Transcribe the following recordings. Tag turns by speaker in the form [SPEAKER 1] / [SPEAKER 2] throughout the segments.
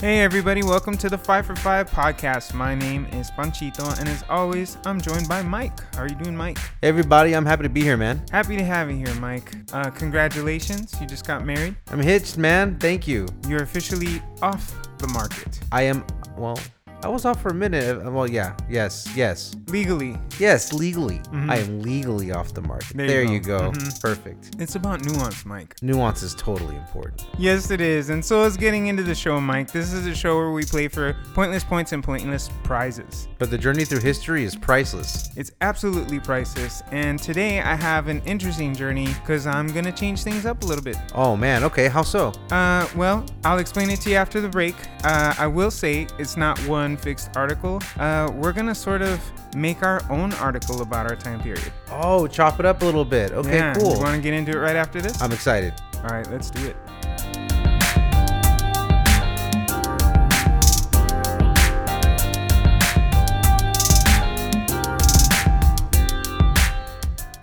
[SPEAKER 1] Hey everybody, welcome to the Five for Five podcast. My name is Panchito, and as always, I'm joined by Mike. How are you doing, Mike?
[SPEAKER 2] Hey everybody, I'm happy to be here, man.
[SPEAKER 1] Happy to have you here, Mike. Uh, congratulations, you just got married.
[SPEAKER 2] I'm hitched, man. Thank you.
[SPEAKER 1] You're officially off the market
[SPEAKER 2] I am, well, I was off for a minute. Uh, Well, yeah, yes, yes,
[SPEAKER 1] legally.
[SPEAKER 2] yes, legally. I am legally off the market.
[SPEAKER 1] Mm-hmm. There
[SPEAKER 2] There,
[SPEAKER 1] you
[SPEAKER 2] you
[SPEAKER 1] go. Mm-hmm.
[SPEAKER 2] go. Perfect.
[SPEAKER 1] It's about nuance, Mike.
[SPEAKER 2] Nuance is totally important.
[SPEAKER 1] Yes, it is. And so is getting into the show, Mike. This is a show where we play for pointless points and pointless prizes.
[SPEAKER 2] But the journey through history is priceless.
[SPEAKER 1] It's absolutely priceless. And today I have an interesting journey because I'm going to change things up a little bit.
[SPEAKER 2] Oh, man. Okay, how so?
[SPEAKER 1] Uh, well, I'll explain it to you after the break. Uh, I will say it's not one fixed article. Uh, we're going to sort of make our own article about our time period.
[SPEAKER 2] Oh, chop it up a little bit. Okay,
[SPEAKER 1] yeah, You
[SPEAKER 2] cool. Um,
[SPEAKER 1] want to get into it right after this?
[SPEAKER 2] I'm excited.
[SPEAKER 1] All right, let's do it.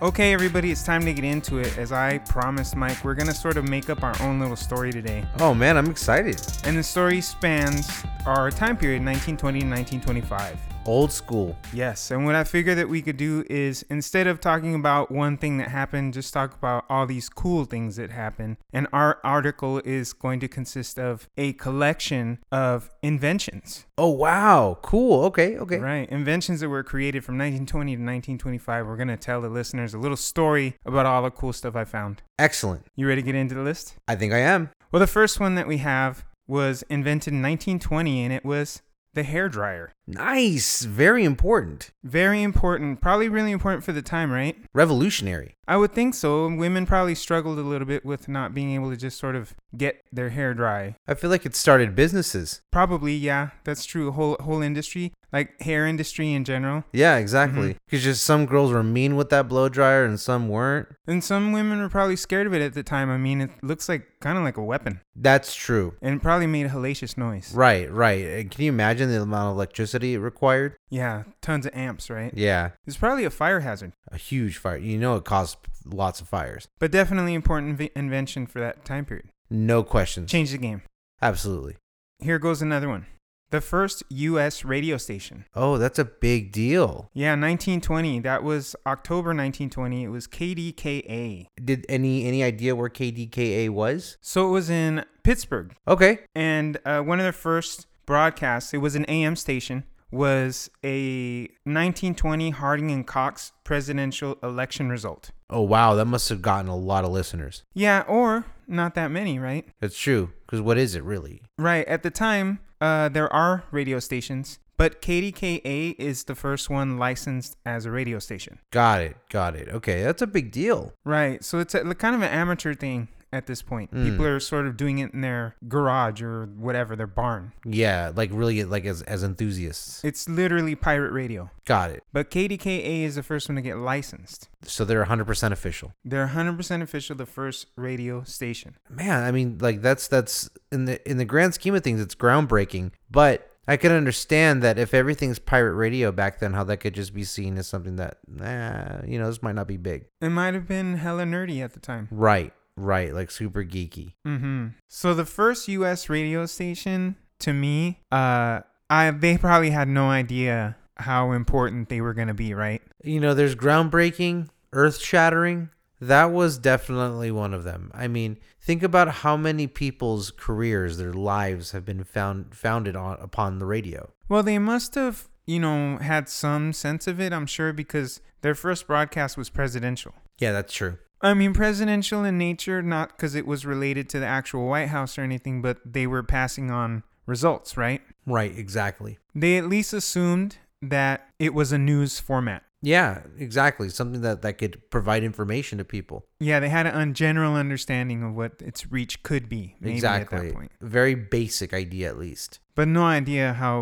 [SPEAKER 1] Okay, everybody, it's time to get into it. As I promised Mike, we're going to sort of make up our own little story today.
[SPEAKER 2] Oh, man, I'm excited.
[SPEAKER 1] And the story spans our time period, 1920 to 1925.
[SPEAKER 2] Old school.
[SPEAKER 1] Yes, and what I figure that we could do is instead of talking about one thing that happened, just talk about all these cool things that happen. And our article is going to consist of a collection of inventions,
[SPEAKER 2] Oh, wow. Cool. Okay, okay.
[SPEAKER 1] right? Inventions that were created from 1920 to 1925. We're going to tell the listeners a little story about all the cool stuff I found.
[SPEAKER 2] Excellent.
[SPEAKER 1] You ready to get into the list?
[SPEAKER 2] I think I am.
[SPEAKER 1] Well, the first one that we have was invented in 1920, and it was the hairdryer.
[SPEAKER 2] Nice. Very important.
[SPEAKER 1] Very important, probably really important for the time, right?
[SPEAKER 2] Revolutionary.
[SPEAKER 1] I would think so. Women probably struggled a little bit with not being able to just sort of get their hair dry.
[SPEAKER 2] I feel like it started businesses.
[SPEAKER 1] Probably, yeah, that's true. Whole whole industry, like hair industry in general.
[SPEAKER 2] Yeah, exactly. Because just some girls were mean with that blow dryer and some weren't.
[SPEAKER 1] And some women were probably scared of it at the time. I mean, it looks like kind of like a weapon,
[SPEAKER 2] That's true.
[SPEAKER 1] and it probably made a hellacious noise.
[SPEAKER 2] Right, right. And Can you imagine the amount of electricity it required?
[SPEAKER 1] Yeah, tons of amps, right?
[SPEAKER 2] Yeah,
[SPEAKER 1] It's probably a fire hazard,
[SPEAKER 2] a huge fire. You know, it caused lots of fires.
[SPEAKER 1] but definitely important inve- invention for that time period.
[SPEAKER 2] No questions.
[SPEAKER 1] Change the game.
[SPEAKER 2] Absolutely.
[SPEAKER 1] Here goes another one. The first U.S. radio station.
[SPEAKER 2] Oh, that's a big deal.
[SPEAKER 1] Yeah, 1920. That was October 1920. It was KDKA.
[SPEAKER 2] Did any any idea where KDKA was?
[SPEAKER 1] So it was in Pittsburgh.
[SPEAKER 2] Okay.
[SPEAKER 1] And uh, one of the first broadcasts, it was an AM station, was a 1920 Harding and Cox presidential election result.
[SPEAKER 2] Oh wow, that must have gotten a lot of listeners.
[SPEAKER 1] Yeah, or not that many, right?
[SPEAKER 2] That's true. Because what is it really?
[SPEAKER 1] Right. At the time, uh, there are radio stations, but KDKA is the first one licensed as a radio station.
[SPEAKER 2] Got it. Got it. Okay, that's a big deal.
[SPEAKER 1] Right. So it's a, like, kind of an amateur thing at this point. People are sort of doing it in their garage or whatever, their barn.
[SPEAKER 2] Yeah, like really, like as as enthusiasts.
[SPEAKER 1] It's literally pirate radio.
[SPEAKER 2] Got it.
[SPEAKER 1] But KDKA is the first one to get licensed.
[SPEAKER 2] So they're 100% official.
[SPEAKER 1] They're 100% official, the first radio station.
[SPEAKER 2] man i mean like that's that's in the in the grand scheme of things it's groundbreaking but i can understand that if everything's pirate radio back then how that could just be seen as something that nah, you know this might not be big
[SPEAKER 1] It might have been hella nerdy at the time.
[SPEAKER 2] right right like super geeky
[SPEAKER 1] Mm-hmm. So the first U.S. radio station, to me, uh, I they probably had no idea how important they were gonna be, right?
[SPEAKER 2] you know there's groundbreaking earth shattering that was definitely one of them i mean think about how many people's careers their lives have been found founded on upon the radio
[SPEAKER 1] Well, they must have, you know, had some sense of it, I'm sure, because their first broadcast was presidential.
[SPEAKER 2] yeah that's true
[SPEAKER 1] I mean, presidential in nature, not because it was related to the actual White House or anything, but they were passing on results, right?
[SPEAKER 2] right exactly
[SPEAKER 1] They at least assumed that it was a news format.
[SPEAKER 2] Yeah, exactly. Something that that could provide information to people.
[SPEAKER 1] Yeah, they had a un- general understanding of what its reach could be, maybe
[SPEAKER 2] exactly.
[SPEAKER 1] at that point,
[SPEAKER 2] Very basic idea, at least.
[SPEAKER 1] but no idea how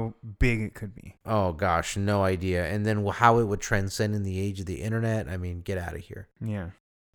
[SPEAKER 1] big it could be.
[SPEAKER 2] Oh gosh, no idea. And then wh- how it would transcend in the age of the internet. I mean, get out of here.
[SPEAKER 1] Yeah.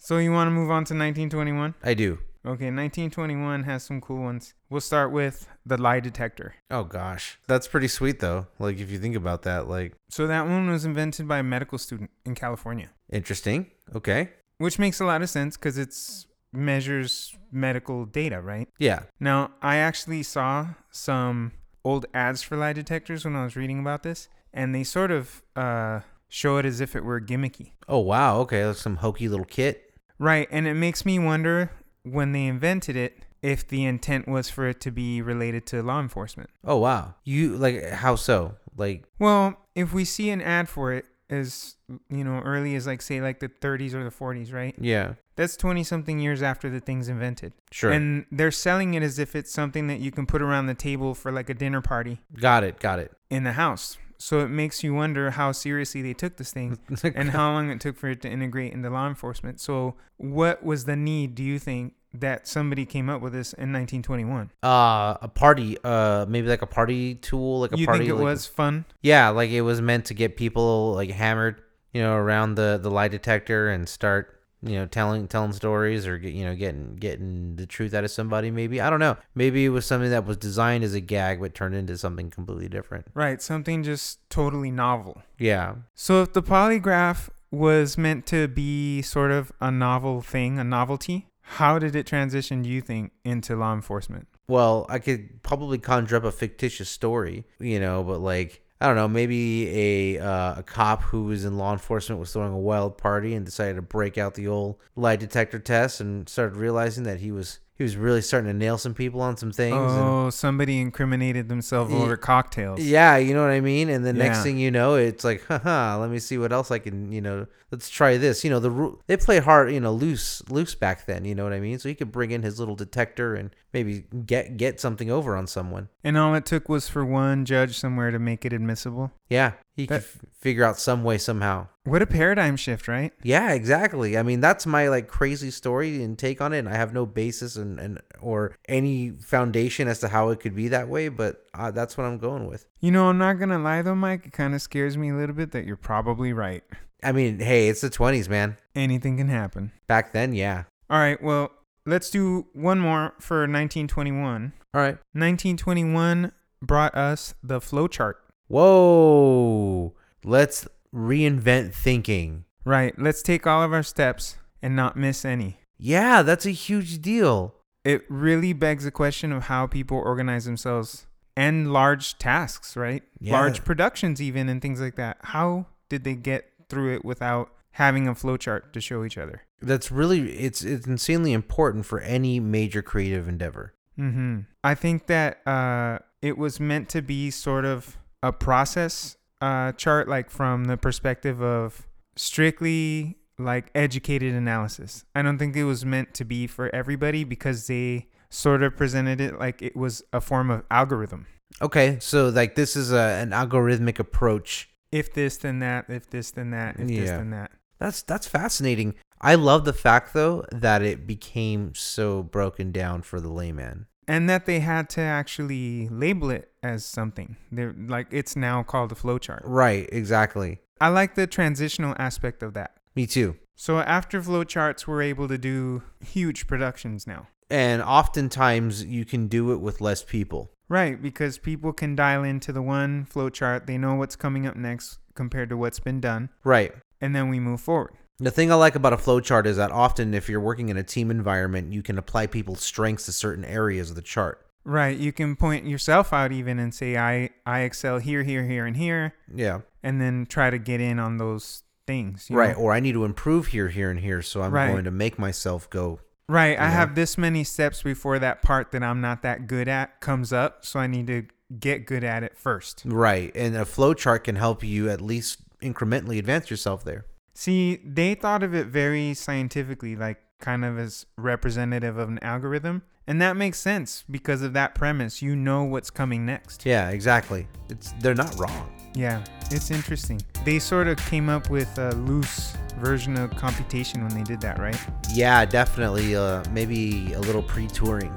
[SPEAKER 1] So you want to move on to 1921?
[SPEAKER 2] I do.
[SPEAKER 1] Okay, 1921 has some cool ones. We'll start with the lie detector.
[SPEAKER 2] Oh gosh, that's pretty sweet though. Like if you think about that, like
[SPEAKER 1] So that one was invented by a medical student in California,
[SPEAKER 2] interesting. Okay.
[SPEAKER 1] which makes a lot of sense because it's measures medical data, right?
[SPEAKER 2] Yeah.
[SPEAKER 1] Now, I actually saw some old ads for lie detectors when I was reading about this, and they sort of uh, show it as if it were gimmicky.
[SPEAKER 2] Oh wow. Okay, that's some hokey little kit.
[SPEAKER 1] Right, and it makes me wonder when they invented it if the intent was for it to be related to law enforcement.
[SPEAKER 2] Oh wow. You like how so? Like
[SPEAKER 1] Well, if we see an ad for it as you know early as like say like the 30s or the 40s, right?
[SPEAKER 2] yeah.
[SPEAKER 1] That's 20 something years after the thing's invented.
[SPEAKER 2] Sure.
[SPEAKER 1] And they're selling it as if it's something that you can put around the table for like a dinner party
[SPEAKER 2] got it. Got it.
[SPEAKER 1] in the house. So it makes you wonder how seriously they took this thing and how long it took for it to integrate into law enforcement. So, what was the need, do you think, that somebody came up with this in 1921?
[SPEAKER 2] uh a party uh maybe like a party tool like a
[SPEAKER 1] you
[SPEAKER 2] party
[SPEAKER 1] think it
[SPEAKER 2] like-
[SPEAKER 1] was fun?
[SPEAKER 2] yeah like it was meant to get people like hammered you know around the the lie detector and start you know telling telling stories or get, you know getting getting the truth out of somebody maybe i don't know maybe it was something that was designed as a gag but turned into something completely different
[SPEAKER 1] Right, something just totally novel.
[SPEAKER 2] yeah
[SPEAKER 1] So, if the polygraph was meant to be sort of a novel thing, a novelty, how did it transition, do you think, into law enforcement?
[SPEAKER 2] Well, I could probably conjure up a fictitious story, you know, but like I don't know, maybe a uh, a cop who was in law enforcement was throwing a wild party and decided to break out the old lie detector test and started realizing that he was he was really starting to nail some people on some things.
[SPEAKER 1] Oh, somebody incriminated themselves
[SPEAKER 2] Ye-
[SPEAKER 1] over cocktails.
[SPEAKER 2] And, yeah, you know what I mean. And the
[SPEAKER 1] Oh.
[SPEAKER 2] next
[SPEAKER 1] Yeah.
[SPEAKER 2] thing you know, it's like, haha, let me see what else I can, you know, let's try this. You know, the ru- they play hard, you know, loose loose back then. You know what I mean. So he could bring in his little detector and maybe get get something over on someone.
[SPEAKER 1] And all it took was for one judge somewhere to make it admissible.
[SPEAKER 2] Yeah, he
[SPEAKER 1] That-
[SPEAKER 2] could f- figure out some way somehow.
[SPEAKER 1] What a paradigm shift, right?
[SPEAKER 2] Yeah, exactly. I mean, that's my like crazy story and take on it. And I have no basis and, and or any foundation as to how it could be that way, but uh, that's what I'm going with.
[SPEAKER 1] You know, I'm not going to lie though, Mike. It kind of scares me a little bit that you're probably right.
[SPEAKER 2] I mean, hey, it's the 20s, man.
[SPEAKER 1] Anything can happen.
[SPEAKER 2] Back then, yeah.
[SPEAKER 1] All right, well, let's do one more for 1921.
[SPEAKER 2] All right.
[SPEAKER 1] 1921 brought us the flowchart.
[SPEAKER 2] Whoa. Let's reinvent thinking.
[SPEAKER 1] Right, let's take all of our steps and not miss any.
[SPEAKER 2] Yeah, that's a huge deal.
[SPEAKER 1] It really begs the question of how people organize themselves and large tasks, right?
[SPEAKER 2] Yeah.
[SPEAKER 1] Large productions, even, and things like that. How did they get through it without having a flowchart to show each other?
[SPEAKER 2] That's really it's it's insanely important for any major creative endeavor.
[SPEAKER 1] Mm-hmm. I think that uh, it was meant to be sort of a process uh, chart, like from the perspective of strictly like educated analysis. I don't think it was meant to be for everybody because they sort of presented it like it was a form of algorithm.
[SPEAKER 2] Okay, so like this is a, an algorithmic approach
[SPEAKER 1] If this, then that. If this, then that. If this,
[SPEAKER 2] Yeah.
[SPEAKER 1] then that.
[SPEAKER 2] That's that's fascinating. I love the fact though that it became so broken down for the layman.
[SPEAKER 1] And that they had to actually label it as something. They're like it's now called a flowchart.
[SPEAKER 2] Right, exactly.
[SPEAKER 1] I like the transitional aspect of that.
[SPEAKER 2] Me too.
[SPEAKER 1] So after flowcharts, we're able to do huge productions now.
[SPEAKER 2] And oftentimes you can do it with less people.
[SPEAKER 1] Right, because people can dial into the one flowchart. They know what's coming up next compared to what's been done,
[SPEAKER 2] Right.
[SPEAKER 1] and then we move forward.
[SPEAKER 2] The thing I like about a flowchart is that often if you're working in a team environment, you can apply people's strengths to certain areas of the chart.
[SPEAKER 1] Right, you can point yourself out even and say, I, I excel here, here, here, and here,
[SPEAKER 2] Yeah.
[SPEAKER 1] and then try to get in on those things. you
[SPEAKER 2] right.
[SPEAKER 1] know?
[SPEAKER 2] Or I need to improve here, here, and here, so I'm
[SPEAKER 1] Right.
[SPEAKER 2] going to make myself go.
[SPEAKER 1] Right, I
[SPEAKER 2] Yeah.
[SPEAKER 1] have this many steps before that part that I'm not that good at comes up, so I need to get good at it first.
[SPEAKER 2] Right. And a flowchart can help you at least incrementally advance yourself there.
[SPEAKER 1] See, they thought of it very scientifically, like kind of as representative of an algorithm. And that makes sense because of that premise. You know what's coming next.
[SPEAKER 2] Yeah, exactly. It's they're not wrong.
[SPEAKER 1] Yeah, it's interesting. They sort of came up with a loose version of computation when they did that, right?
[SPEAKER 2] Yeah, definitely. Uh, maybe a little pre-touring.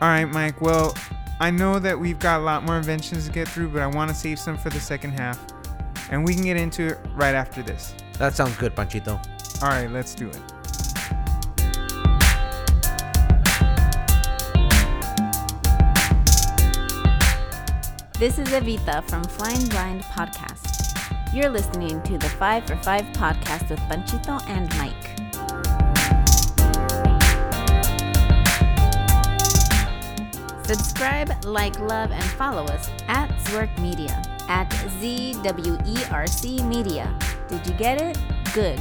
[SPEAKER 1] All right, Mike. Well, I know that we've got a lot more inventions to get through, but I want to save some for the second half. And we can get into it right after this.
[SPEAKER 2] That sounds good, Panchito.
[SPEAKER 1] All right, let's do it.
[SPEAKER 3] This is Evita from Flying Blind Podcast. You're listening to the 5 for 5 podcast with Panchito and Mike. Subscribe, like, love, and follow us at Zwerk Media at ZWERC Media. Did you get it? Good.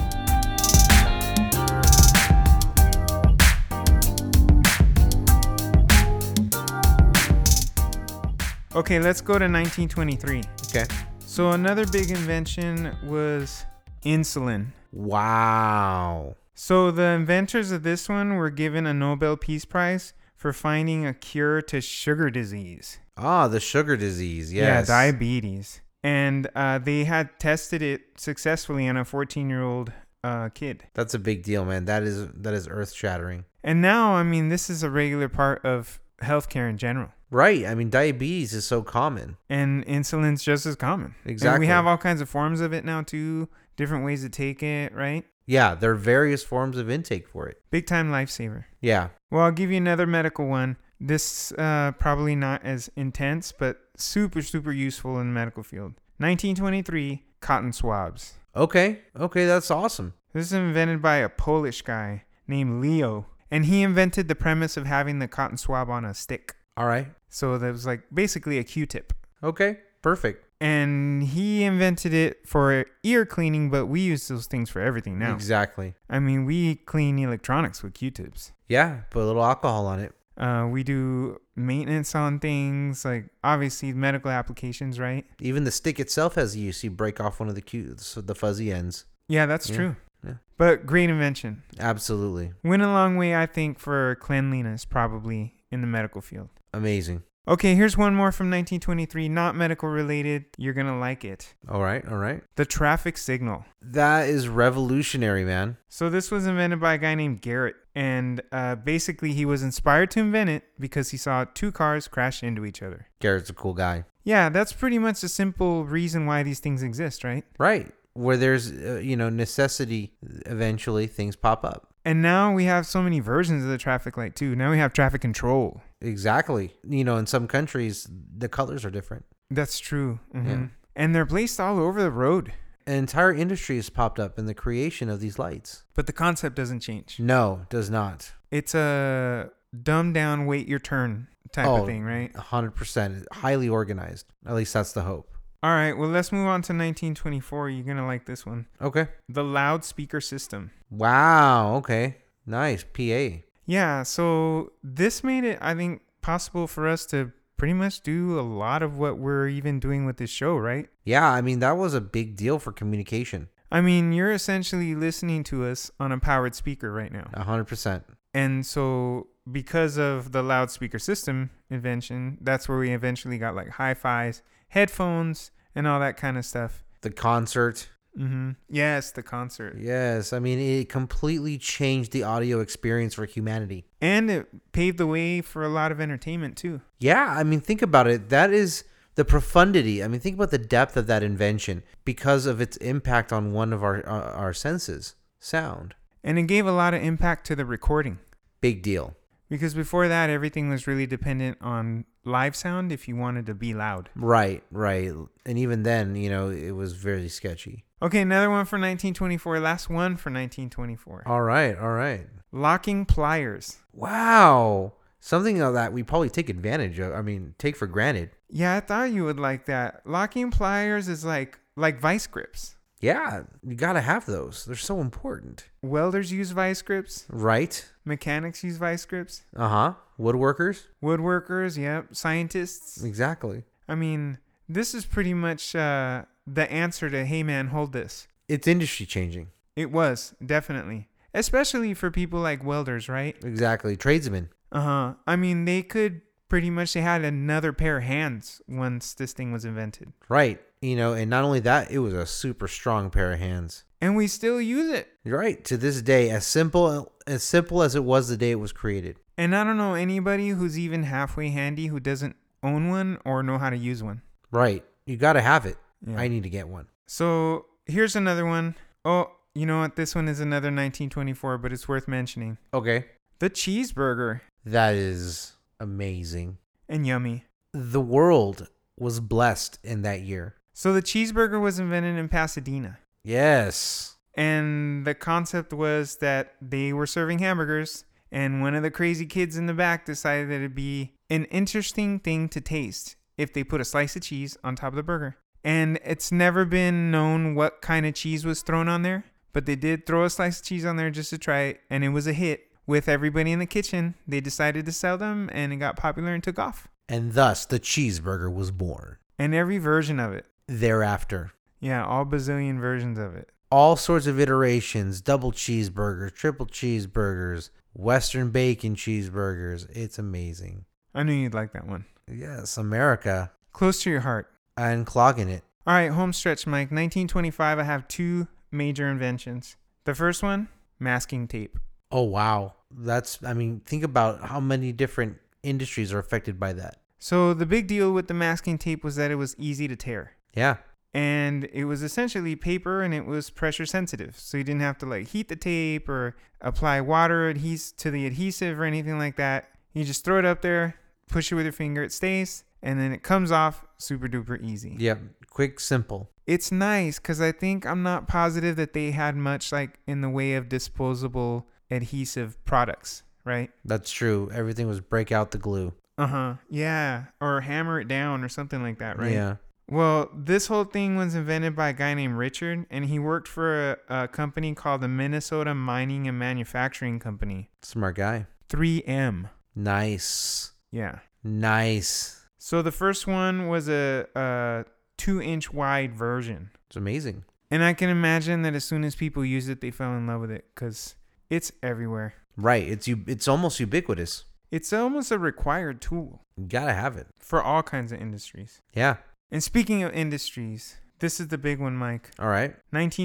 [SPEAKER 1] Okay, let's go to 1923.
[SPEAKER 2] Okay.
[SPEAKER 1] So another big invention was insulin.
[SPEAKER 2] Wow.
[SPEAKER 1] So the inventors of this one were given a Nobel Peace Prize for finding a cure to sugar disease.
[SPEAKER 2] Ah, the sugar disease. Yes.
[SPEAKER 1] Yeah, diabetes. And uh, they had tested it successfully on a 14-year-old uh, kid.
[SPEAKER 2] That's a big deal, man. That is that is earth shattering.
[SPEAKER 1] And now, I mean, this is a regular part of healthcare in general.
[SPEAKER 2] Right. I mean, diabetes is so common.
[SPEAKER 1] And insulin's just as common. And
[SPEAKER 2] Exactly.
[SPEAKER 1] we have all kinds of forms of it now too, different ways to take it, right?
[SPEAKER 2] Yeah, there are various forms of intake for it.
[SPEAKER 1] Big time lifesaver.
[SPEAKER 2] Yeah.
[SPEAKER 1] Well, I'll give you another medical one. This uh, probably not as intense, but super super useful in the medical field. 1923 cotton swabs.
[SPEAKER 2] Okay. Okay, that's awesome.
[SPEAKER 1] This is invented by a Polish guy named Leo, and he invented the premise of having the cotton swab on a stick.
[SPEAKER 2] All right.
[SPEAKER 1] So that was like basically a Q-tip,
[SPEAKER 2] Okay. Perfect.
[SPEAKER 1] and he invented it for ear cleaning. But we use those things for everything now.
[SPEAKER 2] Exactly.
[SPEAKER 1] I mean, we clean electronics with Q-tips.
[SPEAKER 2] Yeah, put a little alcohol on it.
[SPEAKER 1] Uh, we do maintenance on things like obviously medical applications, right?
[SPEAKER 2] Even the stick itself has a use. You break off one of the cute, so the fuzzy ends.
[SPEAKER 1] Yeah, that's
[SPEAKER 2] Yeah,
[SPEAKER 1] true.
[SPEAKER 2] yeah.
[SPEAKER 1] But great invention.
[SPEAKER 2] Absolutely
[SPEAKER 1] Went a long way, I think, for cleanliness probably in the medical field.
[SPEAKER 2] amazing.
[SPEAKER 1] Okay, here's one more from 1923, not medical related. You're going to like it.
[SPEAKER 2] All right. All right.
[SPEAKER 1] The traffic signal.
[SPEAKER 2] That is revolutionary, man.
[SPEAKER 1] So, this was invented by a guy named Garrett. And uh, basically, he was inspired to invent it because he saw two cars crash into each other.
[SPEAKER 2] Garrett's a cool guy.
[SPEAKER 1] Yeah, that's pretty much the simple reason why these things exist, right?
[SPEAKER 2] Right. Where there's, uh, you know, necessity, eventually things pop up.
[SPEAKER 1] And now we have so many versions of the traffic light too. Now we have traffic control.
[SPEAKER 2] Exactly. You know, in some countries, the colors are different.
[SPEAKER 1] That's true. hmm
[SPEAKER 2] Yeah.
[SPEAKER 1] And they're placed all over the road,
[SPEAKER 2] An entire industry has popped up in the creation of these lights.
[SPEAKER 1] but the concept doesn't change.
[SPEAKER 2] No, does not.
[SPEAKER 1] It's a dumb down, wait your turn type
[SPEAKER 2] Oh,
[SPEAKER 1] of thing, right?
[SPEAKER 2] 100%. Highly organized. At least that's the hope.
[SPEAKER 1] All right, well, let's move on to 1924. You're going to like this one.
[SPEAKER 2] Okay.
[SPEAKER 1] The loudspeaker system.
[SPEAKER 2] Wow. Okay. Nice. PA.
[SPEAKER 1] Yeah, so this made it, I think, possible for us to pretty much do a lot of what we're even doing with this show, right?
[SPEAKER 2] Yeah. I mean, that was a big deal for communication.
[SPEAKER 1] I mean, you're essentially listening to us on a powered speaker right now.
[SPEAKER 2] 100%.
[SPEAKER 1] And so, because of the loudspeaker system invention, that's where we eventually got like hi fis, headphones, and all that kind of stuff.
[SPEAKER 2] The concert.
[SPEAKER 1] hmm Yes, the concert.
[SPEAKER 2] Yes. I mean, it completely changed the audio experience for humanity.
[SPEAKER 1] And it paved the way for a lot of entertainment too.
[SPEAKER 2] Yeah, I mean, think about it. That is the profundity. I mean, think about the depth of that invention because of its impact on one of our uh, our senses, sound.
[SPEAKER 1] And it gave a lot of impact to the recording.
[SPEAKER 2] Big deal,
[SPEAKER 1] Because before that, everything was really dependent on live sound if you wanted to be loud.
[SPEAKER 2] right? Right. And even then, you know, it was very sketchy.
[SPEAKER 1] Okay, another one for 1924. Last one for 1924.
[SPEAKER 2] All right, all right.
[SPEAKER 1] Locking pliers.
[SPEAKER 2] Wow, something of that we probably take advantage of. I mean, take for granted.
[SPEAKER 1] Yeah, I thought you would like that. Locking pliers is like like vice grips.
[SPEAKER 2] Yeah, you gotta have those. They're so important,
[SPEAKER 1] Welders use vice grips.
[SPEAKER 2] right?
[SPEAKER 1] Mechanics use vice grips.
[SPEAKER 2] Uh huh. Woodworkers,
[SPEAKER 1] Woodworkers, yep. Scientists.
[SPEAKER 2] Mm. exactly.
[SPEAKER 1] I mean, this is pretty much uh, the answer to hey man, hold this.
[SPEAKER 2] It's industry changing.
[SPEAKER 1] It was definitely, especially for people like welders, right?
[SPEAKER 2] Exactly. Tradesmen.
[SPEAKER 1] Uh huh. I mean, they could pretty much they had another pair of hands once this thing was invented,
[SPEAKER 2] Right. You know, and not only that, it was a super strong pair of hands.
[SPEAKER 1] and we still use it.
[SPEAKER 2] You're right. To this day, as simple as simple as it was the day it was created.
[SPEAKER 1] And I don't know anybody who's even halfway handy who doesn't own one or know how to use one.
[SPEAKER 2] Right. You got to have it.
[SPEAKER 1] Yeah.
[SPEAKER 2] I need to get one.
[SPEAKER 1] So here's another one. Oh, you know what? This one is another 1924, but it's worth mentioning.
[SPEAKER 2] Okay.
[SPEAKER 1] The cheeseburger
[SPEAKER 2] That is amazing.
[SPEAKER 1] and yummy.
[SPEAKER 2] The world was blessed in that year.
[SPEAKER 1] So the cheeseburger was invented in Pasadena.
[SPEAKER 2] Yes.
[SPEAKER 1] And the concept was that they were serving hamburgers and one of the crazy kids in the back decided that it'd be an interesting thing to taste if they put a slice of cheese on top of the burger. And it's never been known what kind of cheese was thrown on there, but they did throw a slice of cheese on there just to try it, and it was a hit. With everybody in the kitchen, they decided to sell them, and it got popular and took off.
[SPEAKER 2] And thus the cheeseburger was born.
[SPEAKER 1] And every version of it.
[SPEAKER 2] Thereafter,
[SPEAKER 1] Yeah, all bazillion versions of it.
[SPEAKER 2] all sorts of iterations double cheeseburgers, triple cheeseburgers, Western bacon cheeseburgers. It's amazing.
[SPEAKER 1] I knew you'd like that one.
[SPEAKER 2] Yes, America.
[SPEAKER 1] Close to your heart.
[SPEAKER 2] And clogging it.
[SPEAKER 1] All right, home stretch, Mike. 1925, I have two major inventions. The first one, masking tape.
[SPEAKER 2] Oh, wow. That's, I mean, think about how many different industries are affected by that.
[SPEAKER 1] So, the big deal with the masking tape was that it was easy to tear.
[SPEAKER 2] Yeah.
[SPEAKER 1] And it was essentially paper and it was pressure sensitive. So, you didn't have to like heat the tape or apply water adhes- to the adhesive or anything like that. You just throw it up there, push it with your finger, it stays, and then it comes off super duper easy.
[SPEAKER 2] Yep. Quick, simple.
[SPEAKER 1] it's nice because I think I'm not positive that they had much like in the way of disposable adhesive products, right?
[SPEAKER 2] That's true. Everything was break out the glue.
[SPEAKER 1] Uh huh. Yeah. Or hammer it down or something like that, right?
[SPEAKER 2] Yeah.
[SPEAKER 1] Well, this whole thing was invented by a guy named Richard, and he worked for a, a company called the Minnesota Mining and Manufacturing Company,
[SPEAKER 2] Smart guy.
[SPEAKER 1] 3M.
[SPEAKER 2] Nice.
[SPEAKER 1] Yeah.
[SPEAKER 2] Nice.
[SPEAKER 1] So the first one was a, a two inch wide version.
[SPEAKER 2] It's amazing.
[SPEAKER 1] And I can imagine that as soon as people used it, they fell in love with it because it's everywhere.
[SPEAKER 2] Right. It's you. It's almost ubiquitous.
[SPEAKER 1] It's almost a required tool
[SPEAKER 2] You gotta have it.
[SPEAKER 1] for all kinds of industries.
[SPEAKER 2] Yeah.
[SPEAKER 1] And speaking of industries, this is the big one, Mike.
[SPEAKER 2] All right.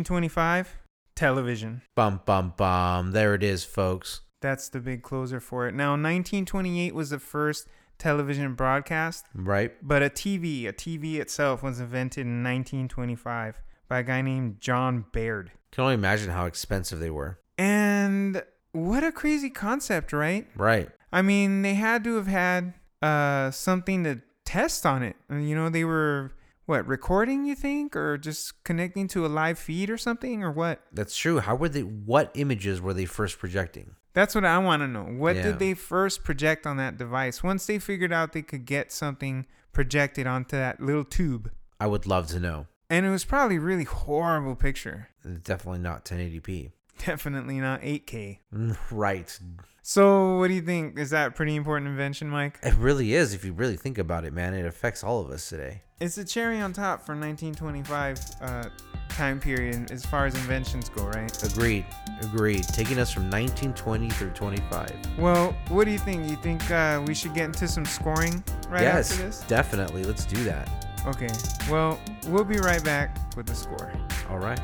[SPEAKER 1] 1925, television.
[SPEAKER 2] Bum bum bum. There it is, folks.
[SPEAKER 1] That's the big closer for it. Now, 1928 was the first television broadcast,
[SPEAKER 2] Right.
[SPEAKER 1] but a TV, a TV itself, was invented in 1925 by a guy named John Baird.
[SPEAKER 2] Can only imagine how expensive they were.
[SPEAKER 1] And what a crazy concept, right?
[SPEAKER 2] Right.
[SPEAKER 1] I mean, they had to have had uh, something to test on it. And, You know, they were what recording, you think, or just connecting to a live feed or something, or what?
[SPEAKER 2] That's true. How were they? What images were they first projecting?
[SPEAKER 1] That's what I want to know. What
[SPEAKER 2] Yeah.
[SPEAKER 1] did they first project on that device? Once they figured out they could get something projected onto that little tube,
[SPEAKER 2] I would love to know.
[SPEAKER 1] and it was probably really horrible picture.
[SPEAKER 2] Definitely not 1080p.
[SPEAKER 1] Definitely not 8K.
[SPEAKER 2] Mm, Right.
[SPEAKER 1] So, what do you think? Is that a pretty important invention, Mike?
[SPEAKER 2] It really is. If you really think about it, man, it affects all of us today.
[SPEAKER 1] It's a cherry on top for 1925 uh, time period as far as inventions go, right?
[SPEAKER 2] Agreed. Agreed. Taking us from 1920 through 25.
[SPEAKER 1] Well, what do you think? You think uh, we should get into some scoring right
[SPEAKER 2] yes,
[SPEAKER 1] after this?
[SPEAKER 2] definitely. Let's do that.
[SPEAKER 1] Okay. Well, we'll be right back with the score.
[SPEAKER 2] All right.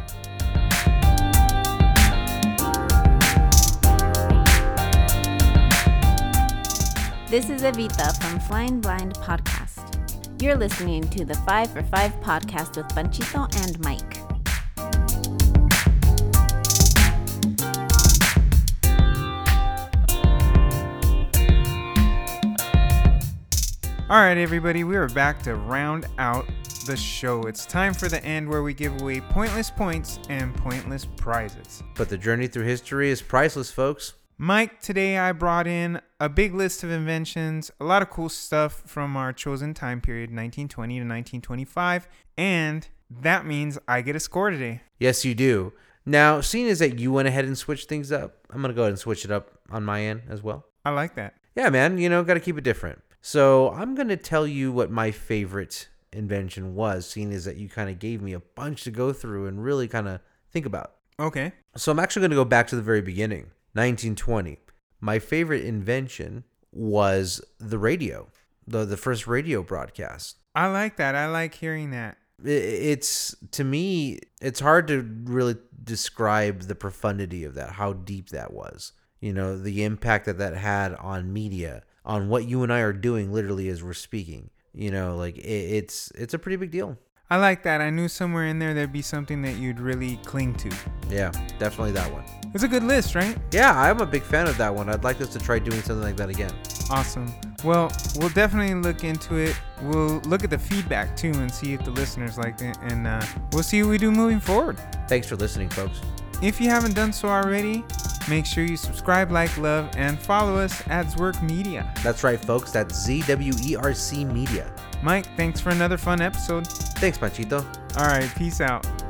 [SPEAKER 3] This is Evita from Flying Blind Podcast. You're listening to the 5 for 5 podcast with Panchito and Mike.
[SPEAKER 1] All right, everybody, we are back to round out the show. It's time for the end where we give away pointless points and pointless prizes.
[SPEAKER 2] But the journey through history is priceless, folks.
[SPEAKER 1] Mike, today I brought in a big list of inventions, a lot of cool stuff from our chosen time period, 1920 to 1925, and that means I get a score today.
[SPEAKER 2] Yes, you do. Now, seeing as that you went ahead and switched things up, I'm going to go ahead and switch it up on my end as well.
[SPEAKER 1] I like that.
[SPEAKER 2] Yeah, man, you know, got to keep it different. So I'm going to tell you what my favorite invention was, seeing as that you kind of gave me a bunch to go through and really kind of think about.
[SPEAKER 1] Okay.
[SPEAKER 2] So I'm actually going to go back to the very beginning, 1920. My favorite invention was the radio, the the first radio broadcast.
[SPEAKER 1] I like that. I like hearing that.
[SPEAKER 2] I- It's to me, it's hard to really describe the profundity of that, how deep that was. You know, the impact that that had on media, on what you and I are doing, literally as we're speaking. You know, like it, it's it's a pretty big deal.
[SPEAKER 1] I like that. I knew somewhere in there there'd be something that you'd really cling to.
[SPEAKER 2] Yeah, definitely that one.
[SPEAKER 1] It's a good list, right?
[SPEAKER 2] Yeah, I'm a big fan of that one. I'd like us to try doing something like that again.
[SPEAKER 1] Awesome. Well, we'll definitely look into it. We'll look at the feedback too and see if the listeners liked it. And uh, we'll see what we do moving forward.
[SPEAKER 2] Thanks for listening, folks.
[SPEAKER 1] If you haven't done so already, Make sure you subscribe, like, love, and follow us at Zwerk Media.
[SPEAKER 2] That's right, folks. That's ZWERC Media.
[SPEAKER 1] Mike, thanks for another fun episode.
[SPEAKER 2] Thanks, Machito.
[SPEAKER 1] All right, peace out.